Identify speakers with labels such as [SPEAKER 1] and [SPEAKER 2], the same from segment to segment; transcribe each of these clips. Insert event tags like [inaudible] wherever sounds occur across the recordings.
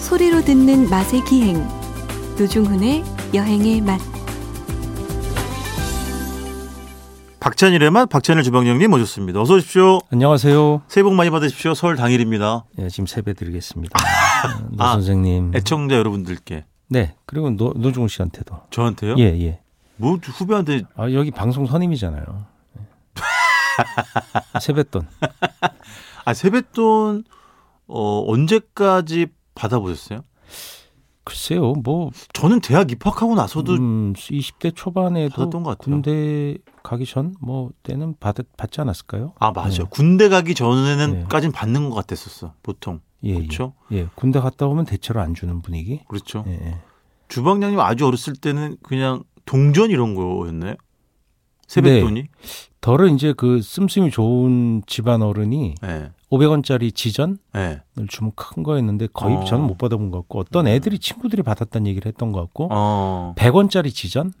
[SPEAKER 1] 소리로 듣는 맛의 기행 노중훈의 여행의 맛
[SPEAKER 2] 박찬일의 맛 박찬일 주방장님 모셨습니다. 어서 오십시오.
[SPEAKER 3] 안녕하세요.
[SPEAKER 2] 새해 복 많이 받으십시오. 설 당일입니다.
[SPEAKER 3] 예, 지금 세배 드리겠습니다.
[SPEAKER 2] [laughs] 아,
[SPEAKER 3] 어, 노 선생님.
[SPEAKER 2] 애청자 여러분들께
[SPEAKER 3] 네. 그리고 노, 노중훈 씨한테도.
[SPEAKER 2] 저한테요?
[SPEAKER 3] 예, 예.
[SPEAKER 2] 뭐 후배한테
[SPEAKER 3] 아, 여기 방송 선임이잖아요. 예. [laughs] 세뱃돈.
[SPEAKER 2] 아 세뱃돈 어, 언제까지 받아보셨어요?
[SPEAKER 3] 글쎄요, 뭐,
[SPEAKER 2] 저는 대학 입학하고 나서도
[SPEAKER 3] 음, 20대 초반에도
[SPEAKER 2] 받았던 것 같아요.
[SPEAKER 3] 군대 가기 전, 뭐, 때는 받, 받지 않았을까요?
[SPEAKER 2] 아 맞아
[SPEAKER 3] 네.
[SPEAKER 2] 요 군대 가기 전에는
[SPEAKER 3] 네.
[SPEAKER 2] 까진 받는 것 같았었어 보통
[SPEAKER 3] 예,
[SPEAKER 2] 그렇죠
[SPEAKER 3] 예. 예, 군대 갔다 오면 대체로 안 주는 분위기.
[SPEAKER 2] 그렇죠
[SPEAKER 3] 예, 예.
[SPEAKER 2] 주방장님 아주 어렸을 때는 그냥 동전 이런 거였나요? 세뱃돈이
[SPEAKER 3] 덜은 이제 그 씀씀이 좋은 집안 어른이
[SPEAKER 2] 예 네.
[SPEAKER 3] 500원짜리 지전?
[SPEAKER 2] 네.
[SPEAKER 3] 을 주면 큰 거였는데 거의
[SPEAKER 2] 어. 음.
[SPEAKER 3] 저는 못 받아본 것 같고 어떤 애들이 친구들이 받았다는 얘기를 했던 것 같고
[SPEAKER 2] 어.
[SPEAKER 3] 100원짜리 지전?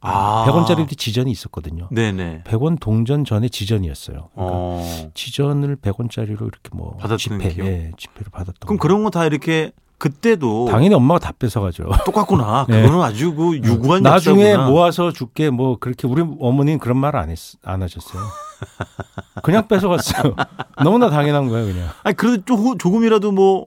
[SPEAKER 2] 아.
[SPEAKER 3] 100원짜리 그러니까 지전이 있었거든요.
[SPEAKER 2] 네네
[SPEAKER 3] 100원 동전 전에 지전이었어요. 그러니까
[SPEAKER 2] 어.
[SPEAKER 3] 지전을 100원짜리로 이렇게 뭐
[SPEAKER 2] 받았던
[SPEAKER 3] 지폐,
[SPEAKER 2] 기억?
[SPEAKER 3] 예, 지폐로 받았던
[SPEAKER 2] 그럼
[SPEAKER 3] 거.
[SPEAKER 2] 그런 거 다 이렇게 그때도
[SPEAKER 3] 당연히 엄마가 다 뺏어가죠.
[SPEAKER 2] 똑같구나
[SPEAKER 3] 네.
[SPEAKER 2] 그거는 아주 그 유구한
[SPEAKER 3] [laughs] 나중에
[SPEAKER 2] 역사구나.
[SPEAKER 3] 모아서 줄게 뭐 그렇게 우리 어머니는 그런 말 안 했, 안 하셨어요. 그냥 뺏어갔어요. [laughs] 너무나 당연한 거예요, 그냥.
[SPEAKER 2] 아니 그래도 조, 조금이라도 뭐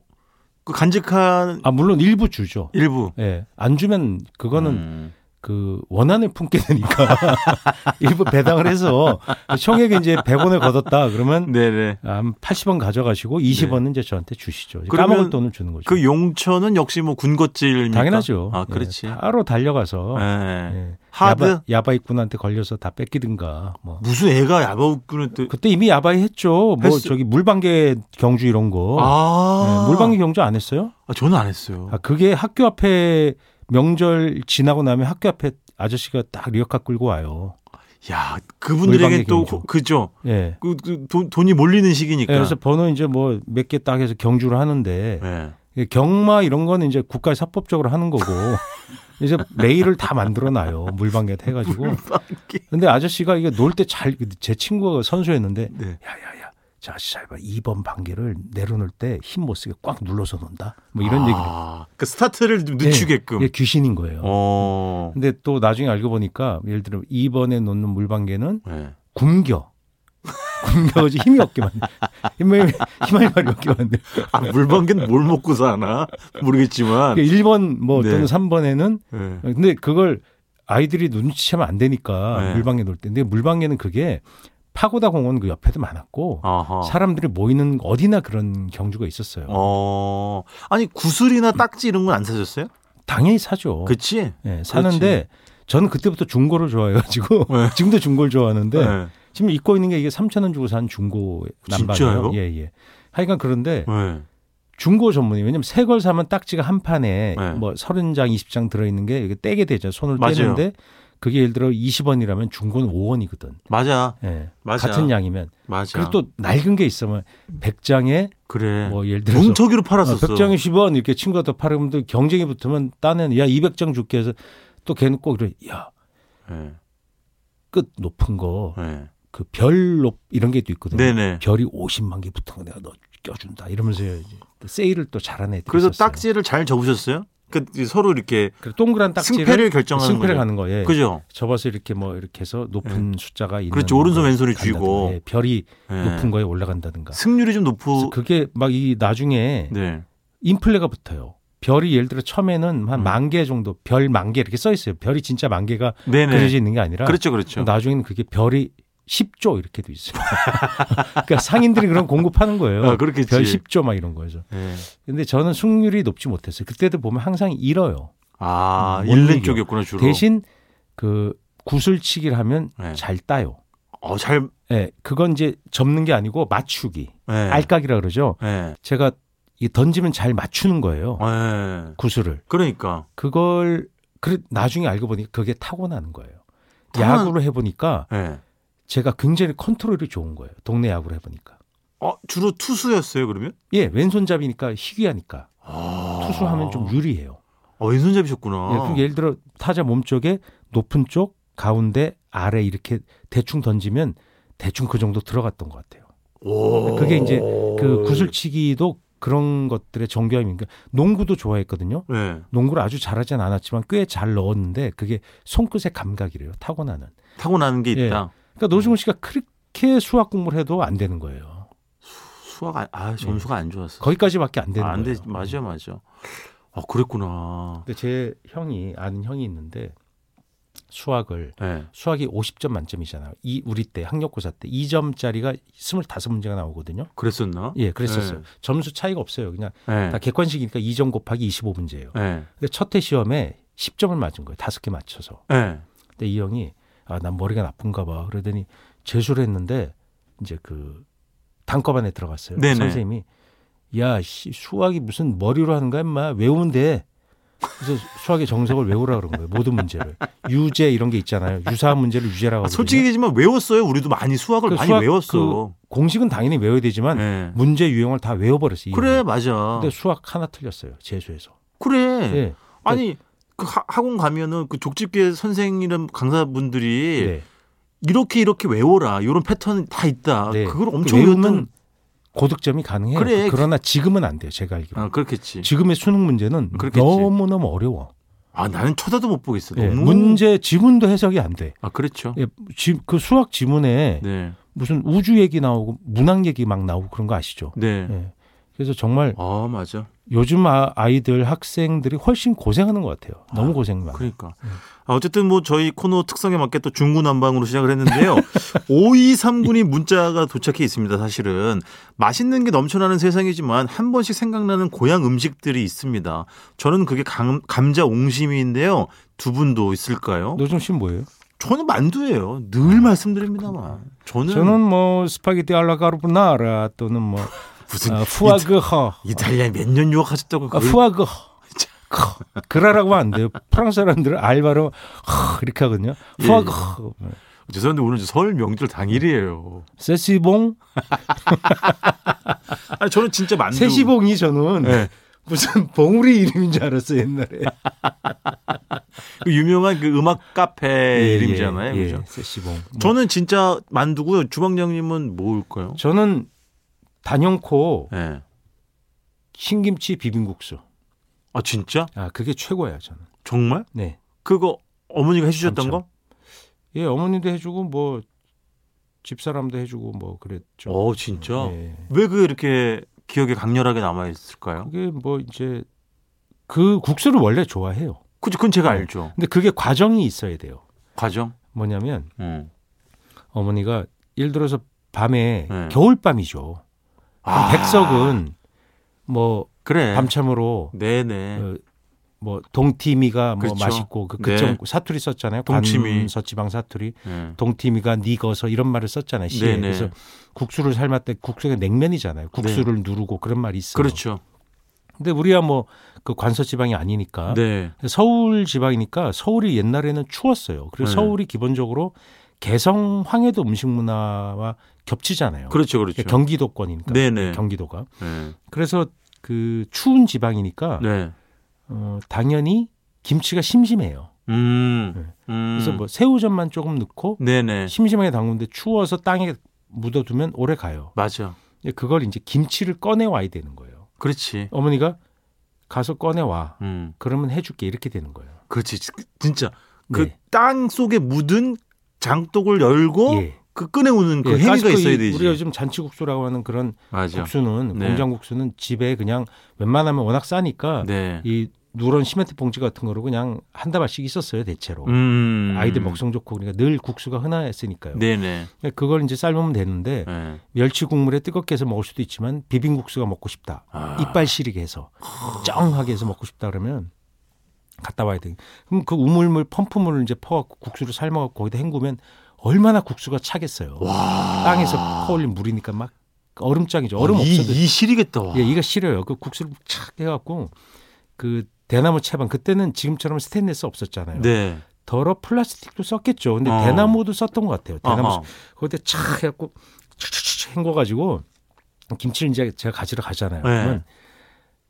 [SPEAKER 2] 그 간직한
[SPEAKER 3] 아, 물론 일부 주죠.
[SPEAKER 2] 일부
[SPEAKER 3] 예. 안 주면 그거는
[SPEAKER 2] 음.
[SPEAKER 3] 그 원한을 품게 되니까 [laughs] 일부 배당을 해서 총액 이제 100원을 걷었다 그러면
[SPEAKER 2] 네네
[SPEAKER 3] 한 80원 가져가시고 20원은 이제 저한테 주시죠. 이제
[SPEAKER 2] 그러면
[SPEAKER 3] 까먹을 돈을 주는 거죠.
[SPEAKER 2] 그 용천은 역시 뭐 군것질입니까?
[SPEAKER 3] 당연하죠.
[SPEAKER 2] 아 그렇지
[SPEAKER 3] 예, 바로 달려가서
[SPEAKER 2] 예.
[SPEAKER 3] 예,
[SPEAKER 2] 하드?
[SPEAKER 3] 야바, 야바 입군한테 걸려서 다 뺏기든가 뭐.
[SPEAKER 2] 무슨 애가 야바웃군을 또
[SPEAKER 3] 그때 이미 야바이 했죠. 뭐
[SPEAKER 2] 했어.
[SPEAKER 3] 저기 물방개 경주 이런 거.
[SPEAKER 2] 아,
[SPEAKER 3] 예, 물방개 경주 안 했어요?
[SPEAKER 2] 아, 저는 안 했어요.
[SPEAKER 3] 아, 그게 학교 앞에 명절 지나고 나면 학교 앞에 아저씨가 딱 리어카 끌고 와요.
[SPEAKER 2] 야, 그분들에게
[SPEAKER 3] 물방개
[SPEAKER 2] 또
[SPEAKER 3] 경주.
[SPEAKER 2] 고- 그죠.
[SPEAKER 3] 예.
[SPEAKER 2] 그, 그 돈, 돈이 몰리는 시기니까.
[SPEAKER 3] 예, 그래서 번호 이제 뭐 몇 개 딱 해서 경주를 하는데
[SPEAKER 2] 예.
[SPEAKER 3] 이 경마 이런 거는 이제 국가 사법적으로 하는 거고 [laughs] 이제 레일을 다 만들어 놔요 물방개 해가지고 근데 아저씨가 이게 놀 때 잘그 제 친구가 선수였는데
[SPEAKER 2] 네.
[SPEAKER 3] 야야야 자 아저씨 잘봐 2번 방개를 내려놓을 때 힘 못 쓰게 꽉 눌러서 논다 [laughs] 뭐 이런 얘기를
[SPEAKER 2] 아, 그 스타트를
[SPEAKER 3] 예,
[SPEAKER 2] 늦추게끔.
[SPEAKER 3] 예, 귀신인 거예요.
[SPEAKER 2] 어.
[SPEAKER 3] 근데 또 나중에 알고 보니까 예를 들어 2번에 놓는 물방개는
[SPEAKER 2] 예.
[SPEAKER 3] 굶겨 [laughs] 굶겨가지 고 힘이 없게 만들 힘을 [laughs] 힘을 많이 없게 만들
[SPEAKER 2] 아, 물방개는 뭘 먹고 사나? 모르겠지만.
[SPEAKER 3] 그러니까 1번 뭐
[SPEAKER 2] 네.
[SPEAKER 3] 또는 3번에는
[SPEAKER 2] 예.
[SPEAKER 3] 근데 그걸 아이들이 눈치채면 안 되니까
[SPEAKER 2] 네.
[SPEAKER 3] 물방개 놀 때. 근데 물방개는 그게 파고다 공원 그 옆에도 많았고
[SPEAKER 2] 아하.
[SPEAKER 3] 사람들이 모이는 어디나 그런 경주가 있었어요.
[SPEAKER 2] 어. 아니, 구슬이나 딱지 이런 건 안 사셨어요?
[SPEAKER 3] 당연히 사죠.
[SPEAKER 2] 그치?
[SPEAKER 3] 예, 사는데 저는 그때부터 중고를 좋아해가지고
[SPEAKER 2] 네.
[SPEAKER 3] [laughs] 지금도 중고를 좋아하는데
[SPEAKER 2] 예.
[SPEAKER 3] 지금 입고 있는 게 이게 3천 원 주고 산 중고
[SPEAKER 2] 진짜요?
[SPEAKER 3] 남방이에요. 예, 예. 하여간 그런데
[SPEAKER 2] 예.
[SPEAKER 3] 중고 전문이 왜냐면 새 걸 사면 딱지가 한 판에
[SPEAKER 2] 네.
[SPEAKER 3] 뭐 30장, 20장 들어 있는 게 이게 떼게 되죠. 손을
[SPEAKER 2] 맞아요.
[SPEAKER 3] 떼는데 그게 예를 들어 20원이라면 중고는 5원이거든.
[SPEAKER 2] 맞아.
[SPEAKER 3] 예.
[SPEAKER 2] 맞아.
[SPEAKER 3] 같은 양이면.
[SPEAKER 2] 맞아.
[SPEAKER 3] 그리고 또 낡은 게 있으면 100장에
[SPEAKER 2] 그래.
[SPEAKER 3] 뭐 예를 들어서
[SPEAKER 2] 뭉터기로 팔았었어.
[SPEAKER 3] 100장에 10원 이렇게 친구가 더 팔으면 또 경쟁이 붙으면 딴에는 야 200장 줄게 해서 또 걔는 꼭 그래. 야,
[SPEAKER 2] 예.
[SPEAKER 3] 끝 높은 거
[SPEAKER 2] 예.
[SPEAKER 3] 그 별 높 이런 게 또 있거든요.
[SPEAKER 2] 네네.
[SPEAKER 3] 별이 50만 개 붙은 거 내가 너 껴준다 이러면서 해야지. 또 세일을 또 잘하는 애들
[SPEAKER 2] 그래서
[SPEAKER 3] 있었어요.
[SPEAKER 2] 딱지를 잘 접으셨어요? 그 서로 이렇게
[SPEAKER 3] 그래, 동그란 딱지를
[SPEAKER 2] 승패를 결정하는
[SPEAKER 3] 승패를
[SPEAKER 2] 거죠.
[SPEAKER 3] 가는 거예요.
[SPEAKER 2] 그죠?
[SPEAKER 3] 접어서 이렇게 뭐 이렇게 해서 높은 숫자가 있는
[SPEAKER 2] 그렇죠. 오른손 왼손이 쥐고.
[SPEAKER 3] 예, 별이
[SPEAKER 2] 예.
[SPEAKER 3] 높은 거에 올라간다든가.
[SPEAKER 2] 승률이 좀 높고
[SPEAKER 3] 그래서 그게 막 이 나중에
[SPEAKER 2] 네.
[SPEAKER 3] 인플레가 붙어요. 별이 예를 들어 처음에는 한
[SPEAKER 2] 음.
[SPEAKER 3] 만 개 정도 별 만 개 이렇게 써 있어요. 별이 진짜 만 개가
[SPEAKER 2] 네, 네.
[SPEAKER 3] 그려져 있는 게 아니라
[SPEAKER 2] 그렇죠. 그렇죠.
[SPEAKER 3] 나중에는 그게 별이 10조 이렇게 돼 있어요. [laughs] 그러니까 상인들이 그런 공급하는 거예요.
[SPEAKER 2] 아, 그렇겠지.
[SPEAKER 3] 별 10조 막 이런 거죠.
[SPEAKER 2] 네.
[SPEAKER 3] 근데 저는 승률이 높지 못했어요. 그때도 보면 항상 잃어요.
[SPEAKER 2] 아,
[SPEAKER 3] 음, 못
[SPEAKER 2] 일렌
[SPEAKER 3] 이겨.
[SPEAKER 2] 쪽이었구나 주로.
[SPEAKER 3] 대신 그 구슬치기를 하면
[SPEAKER 2] 네.
[SPEAKER 3] 잘 따요.
[SPEAKER 2] 어, 잘
[SPEAKER 3] 예, 그건 이제 접는 게 아니고 맞추기.
[SPEAKER 2] 네.
[SPEAKER 3] 알까기라 예. 그러죠.
[SPEAKER 2] 네.
[SPEAKER 3] 제가 이 던지면 잘 맞추는 거예요.
[SPEAKER 2] 네.
[SPEAKER 3] 구슬을.
[SPEAKER 2] 그러니까
[SPEAKER 3] 그걸 그래 나중에 알고 보니까 그게 타고나는 거예요.
[SPEAKER 2] 타고난-
[SPEAKER 3] 야구를 해 보니까
[SPEAKER 2] 네.
[SPEAKER 3] 제가 굉장히 컨트롤이 좋은 거예요. 동네 야구를 해 보니까.
[SPEAKER 2] 어, 주로 투수였어요, 그러면?
[SPEAKER 3] 예, 왼손잡이니까 희귀하니까
[SPEAKER 2] 아.
[SPEAKER 3] 투수하면 좀 유리해요.
[SPEAKER 2] 어, 왼손잡이셨구나.
[SPEAKER 3] 예, 그럼 예를 들어 타자 몸쪽에 높은 쪽, 가운데, 아래 이렇게 대충 던지면 대충 그 정도 들어갔던 것 같아요.
[SPEAKER 2] 오.
[SPEAKER 3] 그게 이제
[SPEAKER 2] 어.
[SPEAKER 3] 그 구슬치기도 그런 것들의 정교함이니까 그러니까 농구도 좋아했거든요.
[SPEAKER 2] 네.
[SPEAKER 3] 농구를 아주 잘하진 않았지만 꽤 잘 넣었는데 그게 손끝의 감각이래요. 타고나는.
[SPEAKER 2] 타고나는 게 있다.
[SPEAKER 3] 그러니까 노승훈 씨가 그렇게 수학 공부를 해도 안 되는 거예요.
[SPEAKER 2] 수학 아, 아 점수가 안 좋았어.
[SPEAKER 3] 예. 거기까지밖에 안 되는
[SPEAKER 2] 안
[SPEAKER 3] 거예요.
[SPEAKER 2] 돼. 맞아 맞아. 아 그랬구나.
[SPEAKER 3] 근데 제 형이 아는 형이 있는데 수학을
[SPEAKER 2] 네.
[SPEAKER 3] 수학이 50점 만점이잖아요. 이 우리 때 학력고사 때 2점짜리가 25문제가 나오거든요.
[SPEAKER 2] 그랬었나?
[SPEAKER 3] 예, 그랬었어요.
[SPEAKER 2] 네.
[SPEAKER 3] 점수 차이가 없어요. 그냥
[SPEAKER 2] 네.
[SPEAKER 3] 다 객관식이니까 2점 곱하기 25문제예요.
[SPEAKER 2] 네.
[SPEAKER 3] 근데 첫해 시험에 10점을 맞은 거예요. 다섯 개 맞춰서.
[SPEAKER 2] 네.
[SPEAKER 3] 근데 이 형이 아, 난 머리가 나쁜가 봐. 그러더니 재수를 했는데 이제 그 단과반에 들어갔어요.
[SPEAKER 2] 네네.
[SPEAKER 3] 선생님이 야, 씨, 수학이 무슨 머리로 하는 거야, 인마. 외우면 돼. 그래서 수학의 정석을 외우라 그런 거예요. 모든 문제를. 유제 이런 게 있잖아요. 유사한 문제를 유제라고
[SPEAKER 2] 아,
[SPEAKER 3] 하거든요.
[SPEAKER 2] 솔직히 얘기지만 외웠어요. 우리도 많이 수학을
[SPEAKER 3] 그
[SPEAKER 2] 많이
[SPEAKER 3] 수학 그
[SPEAKER 2] 외웠어.
[SPEAKER 3] 공식은 당연히 외워야 되지만
[SPEAKER 2] 네.
[SPEAKER 3] 문제 유형을 다 외워버렸어요. 이
[SPEAKER 2] 그래
[SPEAKER 3] 형이.
[SPEAKER 2] 맞아.
[SPEAKER 3] 근데 수학 하나 틀렸어요. 재수에서.
[SPEAKER 2] 그래.
[SPEAKER 3] 예.
[SPEAKER 2] 아니 그 하- 학원 가면은 그 족집게 선생이랑 강사분들이
[SPEAKER 3] 네.
[SPEAKER 2] 이렇게 이렇게 외워라. 이런 패턴 다 있다.
[SPEAKER 3] 네.
[SPEAKER 2] 아, 그걸 엄청
[SPEAKER 3] 외우면
[SPEAKER 2] 외우면
[SPEAKER 3] 고득점이 가능해요.
[SPEAKER 2] 그래.
[SPEAKER 3] 그러나 지금은 안 돼요. 제가 알기로.
[SPEAKER 2] 아 그렇겠지.
[SPEAKER 3] 지금의 수능 문제는
[SPEAKER 2] 그렇겠지.
[SPEAKER 3] 너무 너무 어려워.
[SPEAKER 2] 아 나는 쳐다도 못 보겠어.
[SPEAKER 3] 예,
[SPEAKER 2] 너무
[SPEAKER 3] 문제 지문도 해석이 안 돼.
[SPEAKER 2] 아 그렇죠.
[SPEAKER 3] 예, 지, 그 수학 지문에
[SPEAKER 2] 네.
[SPEAKER 3] 무슨 우주 얘기 나오고 문학 얘기 막 나오고 그런 거 아시죠?
[SPEAKER 2] 네.
[SPEAKER 3] 예. 그래서 정말
[SPEAKER 2] 아 맞아.
[SPEAKER 3] 요즘 아- 아이들 학생들이 훨씬 고생하는 것 같아요. 너무
[SPEAKER 2] 아,
[SPEAKER 3] 고생 많아.
[SPEAKER 2] 그러니까. 아, 어쨌든 뭐 저희 코너 특성에 맞게 또 중구난방으로 시작을 했는데요. [laughs] 5239님 문자가 도착해 있습니다. 사실은 맛있는 게 넘쳐나는 세상이지만 한 번씩 생각나는 고향 음식들이 있습니다. 저는 그게 감, 감자 옹심이인데요. 두 분도 있을까요?
[SPEAKER 3] 노종 씨는 뭐예요?
[SPEAKER 2] 저는 만두예요. 늘 말씀드립니다만. 저는,
[SPEAKER 3] 아, 저는 뭐 스파게티 알라가르보나라 또는 뭐
[SPEAKER 2] [laughs] 무슨
[SPEAKER 3] 아, 푸아그허,
[SPEAKER 2] 이탈리아에 몇 년 유학하셨다고
[SPEAKER 3] 아,
[SPEAKER 2] 그걸
[SPEAKER 3] 푸아그허. 커. 그라라고 하면 안 돼요. 프랑스 사람들은 알바로 허 이렇게 하거든요.
[SPEAKER 2] 예.
[SPEAKER 3] 푸아그허.
[SPEAKER 2] 죄송한데 오늘 설 명절 당일이에요.
[SPEAKER 3] 세시봉
[SPEAKER 2] 아니 저는 진짜 만두
[SPEAKER 3] 세시봉이 저는
[SPEAKER 2] 네.
[SPEAKER 3] 무슨 봉우리 이름인 줄 알았어요 옛날에.
[SPEAKER 2] 그 유명한 그 음악 카페 이름이잖아요.
[SPEAKER 3] 예,
[SPEAKER 2] 그죠?
[SPEAKER 3] 예, 세시봉. 뭐.
[SPEAKER 2] 저는 진짜 만두고요. 주방장님은 뭘까요?
[SPEAKER 3] 저는 단연코
[SPEAKER 2] 예.
[SPEAKER 3] 신김치 비빔국수.
[SPEAKER 2] 아 진짜?
[SPEAKER 3] 아 그게 최고예요 저는.
[SPEAKER 2] 정말?
[SPEAKER 3] 네.
[SPEAKER 2] 그거 어머니가 해주셨던
[SPEAKER 3] 삼촌.
[SPEAKER 2] 거?
[SPEAKER 3] 예 어머니도 해주고 뭐 집사람도 해주고 뭐 그랬죠.
[SPEAKER 2] 어 진짜?
[SPEAKER 3] 예.
[SPEAKER 2] 왜 그게 이렇게 기억에 강렬하게 남아 있을까요?
[SPEAKER 3] 그게 뭐 이제 그 국수를 원래 좋아해요.
[SPEAKER 2] 그죠? 그건 제가
[SPEAKER 3] 네.
[SPEAKER 2] 알죠.
[SPEAKER 3] 근데 그게 과정이 있어야 돼요.
[SPEAKER 2] 과정.
[SPEAKER 3] 뭐냐면
[SPEAKER 2] 음.
[SPEAKER 3] 어머니가 예를 들어서 밤에
[SPEAKER 2] 네.
[SPEAKER 3] 겨울밤이죠.
[SPEAKER 2] 아.
[SPEAKER 3] 백석은 뭐
[SPEAKER 2] 그래.
[SPEAKER 3] 밤참으로
[SPEAKER 2] 네네.
[SPEAKER 3] 어, 뭐 동티미가 뭐
[SPEAKER 2] 그렇죠.
[SPEAKER 3] 맛있고 그
[SPEAKER 2] 네.
[SPEAKER 3] 그점 사투리 썼잖아요.
[SPEAKER 2] 동치미.
[SPEAKER 3] 서지방 사투리.
[SPEAKER 2] 네.
[SPEAKER 3] 동티미가 니거서 이런 말을 썼잖아요. 예. 시에.
[SPEAKER 2] 네네.
[SPEAKER 3] 그래서 국수를 삶았 때 국수가 냉면이잖아요. 국수를 누르고 그런 말이
[SPEAKER 2] 네.
[SPEAKER 3] 있어요.
[SPEAKER 2] 그렇죠.
[SPEAKER 3] 근데 우리야 뭐 그 관서 지방이 아니니까
[SPEAKER 2] 네.
[SPEAKER 3] 서울 지방이니까 서울이 옛날에는 추웠어요. 그리고
[SPEAKER 2] 네.
[SPEAKER 3] 서울이 기본적으로 개성 황해도 음식 문화와 겹치잖아요. 그러니까
[SPEAKER 2] 그렇죠. 그렇죠.
[SPEAKER 3] 경기도권이니까
[SPEAKER 2] 네네.
[SPEAKER 3] 경기도가.
[SPEAKER 2] 네.
[SPEAKER 3] 그래서 그 추운 지방이니까
[SPEAKER 2] 네.
[SPEAKER 3] 어, 당연히 김치가 심심해요.
[SPEAKER 2] 음.
[SPEAKER 3] 네.
[SPEAKER 2] 음.
[SPEAKER 3] 그래서 뭐 새우젓만 조금 넣고
[SPEAKER 2] 네네.
[SPEAKER 3] 심심하게 담그는데 추워서 땅에 묻어두면 오래 가요.
[SPEAKER 2] 맞아.
[SPEAKER 3] 근데 그걸 이제 김치를 꺼내 와야 되는 거예요.
[SPEAKER 2] 그렇지.
[SPEAKER 3] 어머니가 가서 꺼내 와.
[SPEAKER 2] 음.
[SPEAKER 3] 그러면 해줄게 이렇게 되는 거예요.
[SPEAKER 2] 그렇지. 진짜
[SPEAKER 3] 네.
[SPEAKER 2] 그 땅 속에 묻은 장독을 열고
[SPEAKER 3] 예.
[SPEAKER 2] 그 끄내오는 그
[SPEAKER 3] 예,
[SPEAKER 2] 행위가
[SPEAKER 3] 까짓거
[SPEAKER 2] 있어야
[SPEAKER 3] 이-
[SPEAKER 2] 되지.
[SPEAKER 3] 우리 요즘 잔치국수라고 하는 그런
[SPEAKER 2] 맞아.
[SPEAKER 3] 국수는
[SPEAKER 2] 네.
[SPEAKER 3] 공장국수는 집에 그냥 웬만하면 워낙 싸니까
[SPEAKER 2] 네.
[SPEAKER 3] 이 누런 시멘트 봉지 같은 거로 그냥 한 다발씩 있었어요 대체로.
[SPEAKER 2] 음.
[SPEAKER 3] 아이들 먹성 좋고 그러니까 늘 국수가 흔했으니까요. 그러니까
[SPEAKER 2] 네네.
[SPEAKER 3] 그걸 이제 삶으면 되는데
[SPEAKER 2] 네.
[SPEAKER 3] 멸치 국물에 뜨겁게 해서 먹을 수도 있지만 비빔국수가 먹고 싶다.
[SPEAKER 2] 아.
[SPEAKER 3] 이빨 시리게 해서 쩡하게 해서 먹고 싶다 그러면 갔다 와야 돼. 그럼 그 우물물 펌프물을 이제 퍼갖고 국수를 삶아갖고 거기다 헹구면 얼마나 국수가 차겠어요.
[SPEAKER 2] 와.
[SPEAKER 3] 땅에서 퍼올린 물이니까 막 얼음장이죠. 얼음
[SPEAKER 2] 아. 이,
[SPEAKER 3] 없어도
[SPEAKER 2] 이 시리겠다. 와.
[SPEAKER 3] 예, 이가 시려요. 그 국수를 착 해갖고 그 대나무 채반 그때는 지금처럼 스테인레스 없었잖아요.
[SPEAKER 2] 네.
[SPEAKER 3] 더러 플라스틱도 썼겠죠. 근데
[SPEAKER 2] 어.
[SPEAKER 3] 대나무도 썼던 것 같아요. 대나무
[SPEAKER 2] 아하.
[SPEAKER 3] 거기다 착 해갖고 촥촥촥 헹궈가지고 김치를 이제 제가 가지러 가잖아요.
[SPEAKER 2] 네.
[SPEAKER 3] 그러면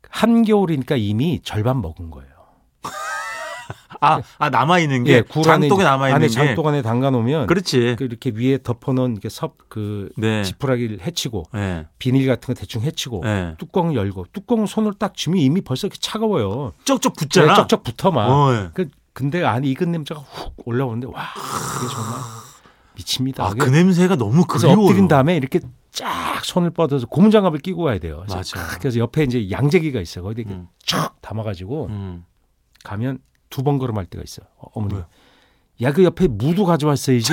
[SPEAKER 3] 한겨울이니까 이미 절반 먹은 거예요.
[SPEAKER 2] 아, 아 남아 있는 게
[SPEAKER 3] 예, 굴 안에
[SPEAKER 2] 장독에
[SPEAKER 3] 이제
[SPEAKER 2] 남아 있는
[SPEAKER 3] 안에
[SPEAKER 2] 게.
[SPEAKER 3] 장독 안에 담가 놓으면
[SPEAKER 2] 그렇지.
[SPEAKER 3] 그 이렇게 위에 덮어놓은 이렇게 섭그
[SPEAKER 2] 네.
[SPEAKER 3] 지푸라기를 해치고
[SPEAKER 2] 예.
[SPEAKER 3] 비닐 같은 거 대충 해치고
[SPEAKER 2] 예.
[SPEAKER 3] 뚜껑 열고 뚜껑 손을 딱 쥐면 이미 벌써 이렇게 차가워요. 네,
[SPEAKER 2] 쩍쩍 붙잖아.
[SPEAKER 3] 예, 쩍쩍 붙어만.
[SPEAKER 2] 어, 예.
[SPEAKER 3] 그 근데 안에 익은 냄새가 훅 올라오는데 와 이게 정말 미칩니다.
[SPEAKER 2] 아,
[SPEAKER 3] 그게
[SPEAKER 2] 그 냄새가 너무
[SPEAKER 3] 그래서
[SPEAKER 2] 그리워요.
[SPEAKER 3] 엎드린 다음에 이렇게 쫙 손을 뻗어서 고무장갑을 끼고 가야 돼요. 그래서
[SPEAKER 2] 맞아.
[SPEAKER 3] 탁 그래서 옆에 이제 양재기가 있어. 거기 이렇게
[SPEAKER 2] 음.
[SPEAKER 3] 촥 담아가지고
[SPEAKER 2] 음.
[SPEAKER 3] 가면 두 번 걸음할 때가 있어. 어, 어머니.
[SPEAKER 2] 왜요?
[SPEAKER 3] 야 그 옆에 무도
[SPEAKER 2] [laughs]
[SPEAKER 3] 가져왔어야지.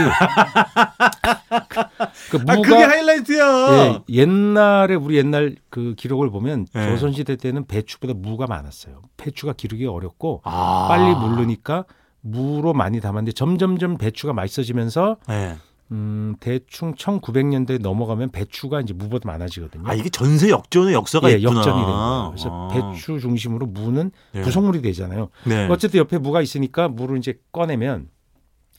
[SPEAKER 3] 그, 그
[SPEAKER 2] 아, 그게 하이라이트야.
[SPEAKER 3] 예, 옛날에 우리 옛날 그 기록을 보면
[SPEAKER 2] 어. 예.
[SPEAKER 3] 조선시대 때는 배추보다 무가 많았어요. 배추가 기르기 어렵고
[SPEAKER 2] 아.
[SPEAKER 3] 빨리 물르니까 무로 많이 담았는데 점점점 배추가 맛있어지면서
[SPEAKER 2] 예.
[SPEAKER 3] 음, 대충 1900년대 넘어가면 배추가 이제 무보다 많아지거든요.
[SPEAKER 2] 아, 이게 전세 역전의 역사가
[SPEAKER 3] 예,
[SPEAKER 2] 있구나.
[SPEAKER 3] 역전이 된 거예요. 그래서
[SPEAKER 2] 아.
[SPEAKER 3] 배추 중심으로 무는
[SPEAKER 2] 예.
[SPEAKER 3] 구성물이 되잖아요.
[SPEAKER 2] 네.
[SPEAKER 3] 어쨌든 옆에 무가 있으니까 무를 이제 꺼내면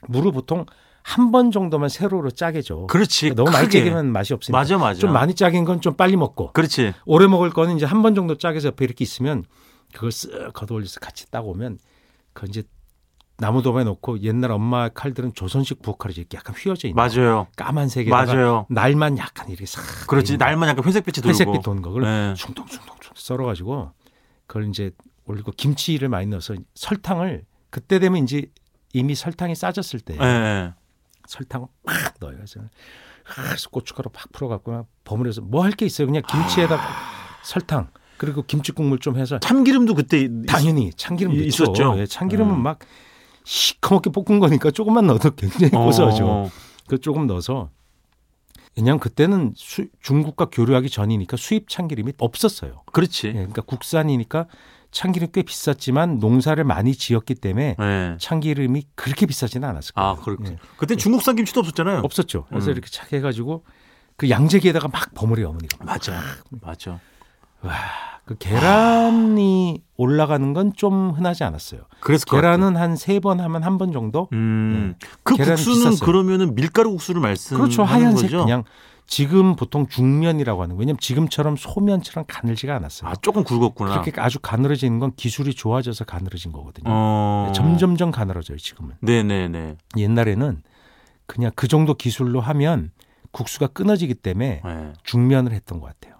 [SPEAKER 3] 무를 보통 한 번 정도만 세로로 짜게 줘.
[SPEAKER 2] 그렇지.
[SPEAKER 3] 그러니까 너무 많이
[SPEAKER 2] 크게.
[SPEAKER 3] 짜게면 맛이 없으니까.
[SPEAKER 2] 맞아, 맞아.
[SPEAKER 3] 좀 많이 짜긴 건 좀 빨리 먹고
[SPEAKER 2] 그렇지.
[SPEAKER 3] 오래 먹을 거는 이제 한 번 정도 짜게서 옆에 이렇게 있으면 그걸 쓱 걷어올려서 같이 따고 오면 그 이제 나무 도마에 놓고 옛날 엄마 칼들은 조선식 부엌칼이 이렇게 약간 휘어져 있는
[SPEAKER 2] 맞아요.
[SPEAKER 3] 까만색에다가
[SPEAKER 2] 맞아요.
[SPEAKER 3] 날만 약간 이렇게 싹
[SPEAKER 2] 그렇지.
[SPEAKER 3] 있는
[SPEAKER 2] 날만 약간 회색빛이 돌고.
[SPEAKER 3] 회색빛 도는 거 그걸
[SPEAKER 2] 예.
[SPEAKER 3] 숭덩숭덩숭 썰어가지고 그걸 이제 올리고 김치를 많이 넣어서 설탕을 그때 되면 이제 이미 설탕이 싸졌을 때
[SPEAKER 2] 예, 예.
[SPEAKER 3] 설탕을 팍 넣어요. 그래서 그래서 고춧가루 팍 풀어갖고 막 버무려서 뭐 할 게 있어요. 그냥 김치에다가
[SPEAKER 2] 아.
[SPEAKER 3] 설탕 그리고 김치 국물 좀 해서
[SPEAKER 2] 참기름도 그때 있-
[SPEAKER 3] 당연히 참기름
[SPEAKER 2] 이-
[SPEAKER 3] 넣죠.
[SPEAKER 2] 있었죠.
[SPEAKER 3] 예, 참기름은
[SPEAKER 2] 음.
[SPEAKER 3] 막 시커멓게 볶은 거니까 조금만 넣어도 굉장히
[SPEAKER 2] 어,
[SPEAKER 3] 고소하죠. 그 조금 넣어서 왜냐하면 그때는 수- 중국과 교류하기 전이니까 수입 참기름이 없었어요.
[SPEAKER 2] 그렇지.
[SPEAKER 3] 예, 그러니까 국산이니까 참기름 꽤 비쌌지만 농사를 많이 지었기 때문에
[SPEAKER 2] 예.
[SPEAKER 3] 참기름이 그렇게 비싸지는 않았을 거예요.
[SPEAKER 2] 아, 그렇군.
[SPEAKER 3] 예.
[SPEAKER 2] 그때 중국산 김치도 없었잖아요.
[SPEAKER 3] 없었죠. 그래서
[SPEAKER 2] 음.
[SPEAKER 3] 이렇게 착 해가지고 그 양재기에다가 막 버무려 어머니가.
[SPEAKER 2] 맞아. 맞아.
[SPEAKER 3] 그 계란이 올라가는 건 좀 흔하지 않았어요.
[SPEAKER 2] 그래서
[SPEAKER 3] 계란은 한 세 번 하면 한 번 정도.
[SPEAKER 2] 음. 그
[SPEAKER 3] 계란은
[SPEAKER 2] 국수는
[SPEAKER 3] 비쌌어요.
[SPEAKER 2] 그러면은 밀가루 국수를 음, 말씀하는
[SPEAKER 3] 그렇죠. 하얀색
[SPEAKER 2] 거죠?
[SPEAKER 3] 그냥 지금 보통 중면이라고 하는 거. 왜냐면 지금처럼 소면처럼 가늘지가 않았어요.
[SPEAKER 2] 아, 조금 굵었구나.
[SPEAKER 3] 그렇게 아주 가늘어지는 건 기술이 좋아져서 가늘어진 거거든요. 네,
[SPEAKER 2] 어.
[SPEAKER 3] 점점점 가늘어져요. 지금은.
[SPEAKER 2] 네, 네, 네.
[SPEAKER 3] 옛날에는 그냥 그 정도 기술로 하면 국수가 끊어지기 때문에
[SPEAKER 2] 예.
[SPEAKER 3] 중면을 했던 것 같아요.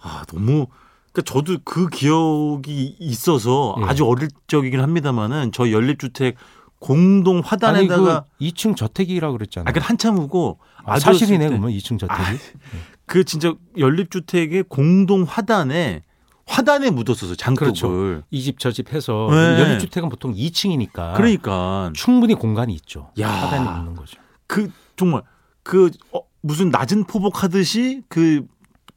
[SPEAKER 2] 아, 너무 그러니까 저도 그 기억이 있어서
[SPEAKER 3] 예.
[SPEAKER 2] 아주 어릴 적이긴 합니다만은 저 연립주택 공동 화단에다가
[SPEAKER 3] 아니 그 2층 저택이라고 그랬잖아요.
[SPEAKER 2] 아, 그 한참 후고
[SPEAKER 3] 아,
[SPEAKER 2] 아주 어렸을
[SPEAKER 3] 사실이네
[SPEAKER 2] 때
[SPEAKER 3] 그러면 2층 저택이.
[SPEAKER 2] 아, 그 진짜 연립주택의 공동 화단에 화단에 묻었었어요 장독을.
[SPEAKER 3] 그렇죠. 이 집 저 집 해서
[SPEAKER 2] 네.
[SPEAKER 3] 연립주택은 보통 2층이니까
[SPEAKER 2] 그러니까
[SPEAKER 3] 충분히 공간이 있죠.
[SPEAKER 2] 야.
[SPEAKER 3] 하단에 있는 거죠.
[SPEAKER 2] 그 정말 그 어, 무슨 낮은 포복하듯이 그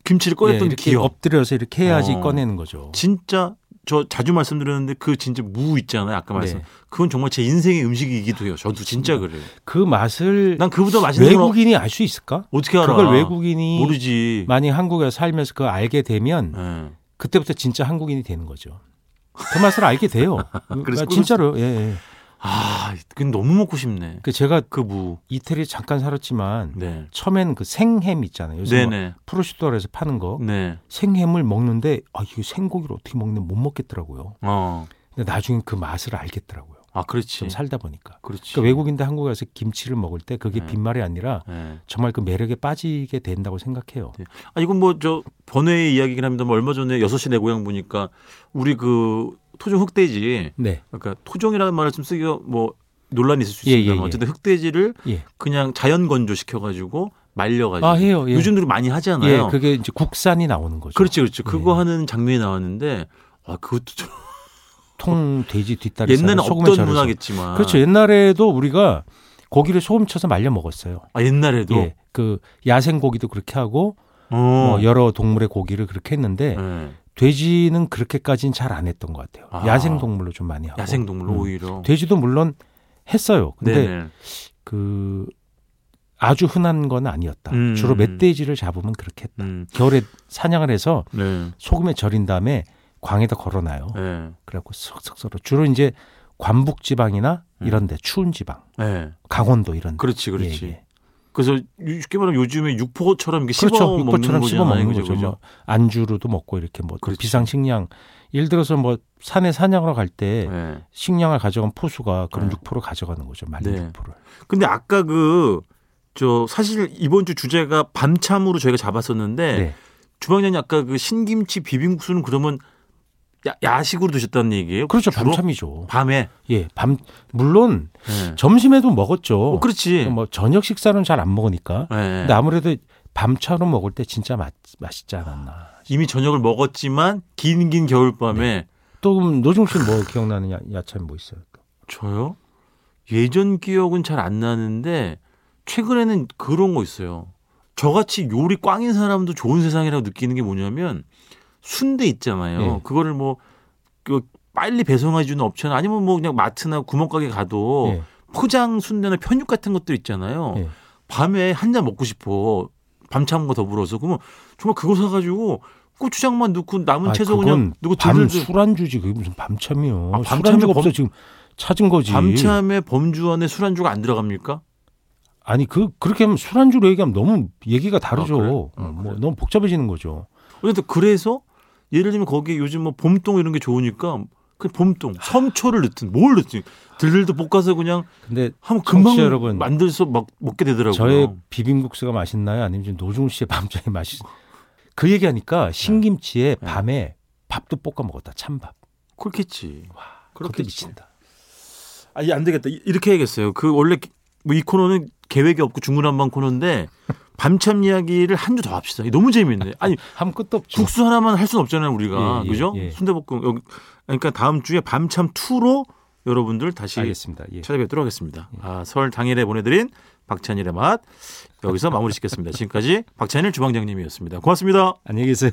[SPEAKER 2] 김치를 꺼냈던
[SPEAKER 3] 예, 이렇게
[SPEAKER 2] 기억.
[SPEAKER 3] 엎드려서 이렇게 해야지
[SPEAKER 2] 어.
[SPEAKER 3] 꺼내는 거죠.
[SPEAKER 2] 진짜 저 자주 말씀드렸는데 그 진짜 무 있잖아요. 아까 말씀.
[SPEAKER 3] 네.
[SPEAKER 2] 그건 정말 제 인생의 음식이기도 해요. 저도 진짜 그래요.
[SPEAKER 3] 그 맛을
[SPEAKER 2] 난 그보다 맛있는 걸
[SPEAKER 3] 외국인이 알 수 있을까?
[SPEAKER 2] 어떻게 알아?
[SPEAKER 3] 그걸 외국인이
[SPEAKER 2] 모르지.
[SPEAKER 3] 많이 한국에 살면서 그걸 알게 되면
[SPEAKER 2] 예.
[SPEAKER 3] 그때부터 진짜 한국인이 되는 거죠. 그 맛을 알게 [laughs] 돼요.
[SPEAKER 2] 그래서
[SPEAKER 3] 아, 진짜로. 예, 예.
[SPEAKER 2] 아, 그건 너무 먹고 싶네.
[SPEAKER 3] 그 제가
[SPEAKER 2] 그 무.
[SPEAKER 3] 이태리 잠깐 살았지만
[SPEAKER 2] 네.
[SPEAKER 3] 처음엔 그 생햄 있잖아요. 요새 뭐
[SPEAKER 2] 네네.
[SPEAKER 3] 프로슈토에서 파는 거.
[SPEAKER 2] 네.
[SPEAKER 3] 생햄을 먹는데 아 이거 생고기를 어떻게 먹는 못 먹겠더라고요.
[SPEAKER 2] 어.
[SPEAKER 3] 근데 나중에 그 맛을 알겠더라고요.
[SPEAKER 2] 아, 그렇지.
[SPEAKER 3] 좀 살다 보니까.
[SPEAKER 2] 그렇지.
[SPEAKER 3] 그러니까 외국인데 한국에 와서 김치를 먹을 때 그게
[SPEAKER 2] 그렇죠. 네.
[SPEAKER 3] 빈말이 아니라
[SPEAKER 2] 예.
[SPEAKER 3] 정말 그 매력에 빠지게 된다고 생각해요.
[SPEAKER 2] 아, 이건 뭐 저 번외의 이야기긴 합니다만 얼마 전에 6시 내 고향 보니까 우리 그 토종 흑돼지
[SPEAKER 3] 네.
[SPEAKER 2] 그러니까 토종이라는 말을 좀 쓰기가 뭐 논란이 있을 수
[SPEAKER 3] 예,
[SPEAKER 2] 있습니다.
[SPEAKER 3] 예, 예.
[SPEAKER 2] 어쨌든 흑돼지를
[SPEAKER 3] 예.
[SPEAKER 2] 그냥 자연 건조시켜 가지고 말려 가지고
[SPEAKER 3] 아 해요. 예.
[SPEAKER 2] 요즘들이 많이
[SPEAKER 3] 예,
[SPEAKER 2] 하잖아요.
[SPEAKER 3] 그게 이제 국산이 나오는 거죠.
[SPEAKER 2] 그렇지 그렇지. 그거
[SPEAKER 3] 예.
[SPEAKER 2] 하는 장면이 나왔는데 아, 그것도 좀
[SPEAKER 3] 통 돼지 뒷다리
[SPEAKER 2] 옛날에는
[SPEAKER 3] 살을 소금에
[SPEAKER 2] 없던
[SPEAKER 3] 절여서.
[SPEAKER 2] 문화겠지만
[SPEAKER 3] 그렇죠. 옛날에도 우리가 고기를 소금 쳐서 말려 먹었어요.
[SPEAKER 2] 아, 옛날에도
[SPEAKER 3] 예. 그 야생 고기도 그렇게 하고
[SPEAKER 2] 어.
[SPEAKER 3] 뭐 여러 동물의 고기를 그렇게 했는데
[SPEAKER 2] 예.
[SPEAKER 3] 돼지는 그렇게까지는 잘 안 했던 것 같아요.
[SPEAKER 2] 아.
[SPEAKER 3] 야생 동물로 좀 많이 하고.
[SPEAKER 2] 야생 동물로
[SPEAKER 3] 음.
[SPEAKER 2] 오히려
[SPEAKER 3] 돼지도 물론 했어요. 근데
[SPEAKER 2] 네네.
[SPEAKER 3] 그 아주 흔한 건 아니었다.
[SPEAKER 2] 음.
[SPEAKER 3] 주로 멧돼지를 잡으면 그렇게 했다.
[SPEAKER 2] 음.
[SPEAKER 3] 겨울에 사냥을 해서
[SPEAKER 2] 네.
[SPEAKER 3] 소금에 절인 다음에 광에다 걸어놔요.
[SPEAKER 2] 네.
[SPEAKER 3] 그래갖고 쓱쓱 썰어. 주로 이제 관북 지방이나
[SPEAKER 2] 음.
[SPEAKER 3] 이런데 추운 지방,
[SPEAKER 2] 네.
[SPEAKER 3] 강원도 이런데.
[SPEAKER 2] 그렇지 그렇지.
[SPEAKER 3] 예, 예.
[SPEAKER 2] 그래서 유- 쉽게 말하면 요즘에 육포처럼 이렇게 씹어
[SPEAKER 3] 그렇죠.
[SPEAKER 2] 먹는
[SPEAKER 3] 육포처럼 씹어
[SPEAKER 2] 거잖아요.
[SPEAKER 3] 먹는
[SPEAKER 2] 그죠,
[SPEAKER 3] 거죠.
[SPEAKER 2] 그죠?
[SPEAKER 3] 뭐 안주로도 먹고 이렇게 뭐
[SPEAKER 2] 그렇죠.
[SPEAKER 3] 비상식량. 예를 들어서 뭐 산에 사냥하러 갈 때
[SPEAKER 2] 네.
[SPEAKER 3] 식량을 가져간 포수가 그런
[SPEAKER 2] 네.
[SPEAKER 3] 육포를 가져가는 거죠. 말린
[SPEAKER 2] 네.
[SPEAKER 3] 육포를.
[SPEAKER 2] 근데 아까 그 저 사실 이번 주 주제가 밤참으로 저희가 잡았었는데
[SPEAKER 3] 네.
[SPEAKER 2] 주방장님 아까 그 신김치 비빔국수는 그러면 야, 야식으로 드셨다는 얘기예요?
[SPEAKER 3] 그렇죠.
[SPEAKER 2] 주로?
[SPEAKER 3] 밤참이죠.
[SPEAKER 2] 밤에.
[SPEAKER 3] 예. 밤 물론
[SPEAKER 2] 네. 점심
[SPEAKER 3] 점심에도 먹었죠.
[SPEAKER 2] 어, 그렇지.
[SPEAKER 3] 뭐 저녁 식사는 잘 안 먹으니까.
[SPEAKER 2] 네.
[SPEAKER 3] 근데 아무래도 밤차로 먹을 때 진짜 맛, 맛있지 않았나.
[SPEAKER 2] 이미 저녁을 먹었지만 긴긴 겨울밤에
[SPEAKER 3] 네. 또 그럼 노중 씨는 뭐 기억나는 야, 야채는 뭐 있어요?
[SPEAKER 2] 저요? 예전 기억은 잘 안 나는데 최근에는 그런 거 있어요. 저같이 요리 꽝인 사람도 좋은 세상이라고 느끼는 게 뭐냐면 순대 있잖아요.
[SPEAKER 3] 네.
[SPEAKER 2] 그거를 뭐그 빨리 배송해 주는 업체나 아니면 뭐 그냥 마트나 구멍가게 가도
[SPEAKER 3] 예.
[SPEAKER 2] 포장 순대나 편육 같은 것들 있잖아요.
[SPEAKER 3] 예.
[SPEAKER 2] 밤에 한 잔 먹고 싶어. 밤참과 더불어서 그러면 정말 그거 사가지고 고추장만 넣고 남은
[SPEAKER 3] 아,
[SPEAKER 2] 채소
[SPEAKER 3] 그건
[SPEAKER 2] 그냥 넣고
[SPEAKER 3] 밤
[SPEAKER 2] 들들들
[SPEAKER 3] 술안주지 그게 무슨 밤참이요.
[SPEAKER 2] 아, 밤참이
[SPEAKER 3] 술안주가
[SPEAKER 2] 범-
[SPEAKER 3] 없어 지금 찾은 거지.
[SPEAKER 2] 밤참에 범주 안에 술안주가 안 들어갑니까?
[SPEAKER 3] 아니 그 그렇게 하면 술안주로 얘기하면 너무 얘기가 다르죠.
[SPEAKER 2] 아, 그래요? 아,
[SPEAKER 3] 어, 뭐
[SPEAKER 2] 그래요?
[SPEAKER 3] 너무 복잡해지는 거죠.
[SPEAKER 2] 어쨌든 그래서 예를 들면 거기 요즘 뭐 봄동 이런 게 좋으니까 그 봄동 섬초를 넣든 뭘 넣든 들들도 볶아서 그냥
[SPEAKER 3] 근데
[SPEAKER 2] 하면 금방
[SPEAKER 3] 청취자 여러분,
[SPEAKER 2] 만들어서 막 먹게 되더라고요.
[SPEAKER 3] 저의 비빔국수가 맛있나요? 아니면 지금 노중 씨의 밤참이 맛있? 그 얘기하니까 신김치에
[SPEAKER 2] 네.
[SPEAKER 3] 밤에 밥도 볶아 먹었다. 찬밥.
[SPEAKER 2] 그렇겠지.
[SPEAKER 3] 그렇게 미친다.
[SPEAKER 2] 아니 안 되겠다. 이- 이렇게 해야겠어요. 그 원래 뭐이 코너는 계획이 없고 중구난방
[SPEAKER 3] [laughs]
[SPEAKER 2] 코너인데 밤참 이야기를 한 주 더 합시다. 이게 너무 재밌네.
[SPEAKER 3] [laughs]
[SPEAKER 2] 아니
[SPEAKER 3] 함 끝도 없죠.
[SPEAKER 2] 국수 하나만 할 수는 없잖아요, 우리가.
[SPEAKER 3] 예, 예,
[SPEAKER 2] 그죠?
[SPEAKER 3] 예.
[SPEAKER 2] 순대볶음. 여기 그러니까 다음 주에 밤참 2로 여러분들 다시
[SPEAKER 3] 알겠습니다. 예.
[SPEAKER 2] 찾아뵙도록 하겠습니다. 아, 설 당일에 보내드린 박찬일의 맛 여기서 마무리 짓겠습니다. 지금까지 박찬일 주방장님이었습니다. 고맙습니다.
[SPEAKER 3] 안녕히 계세요.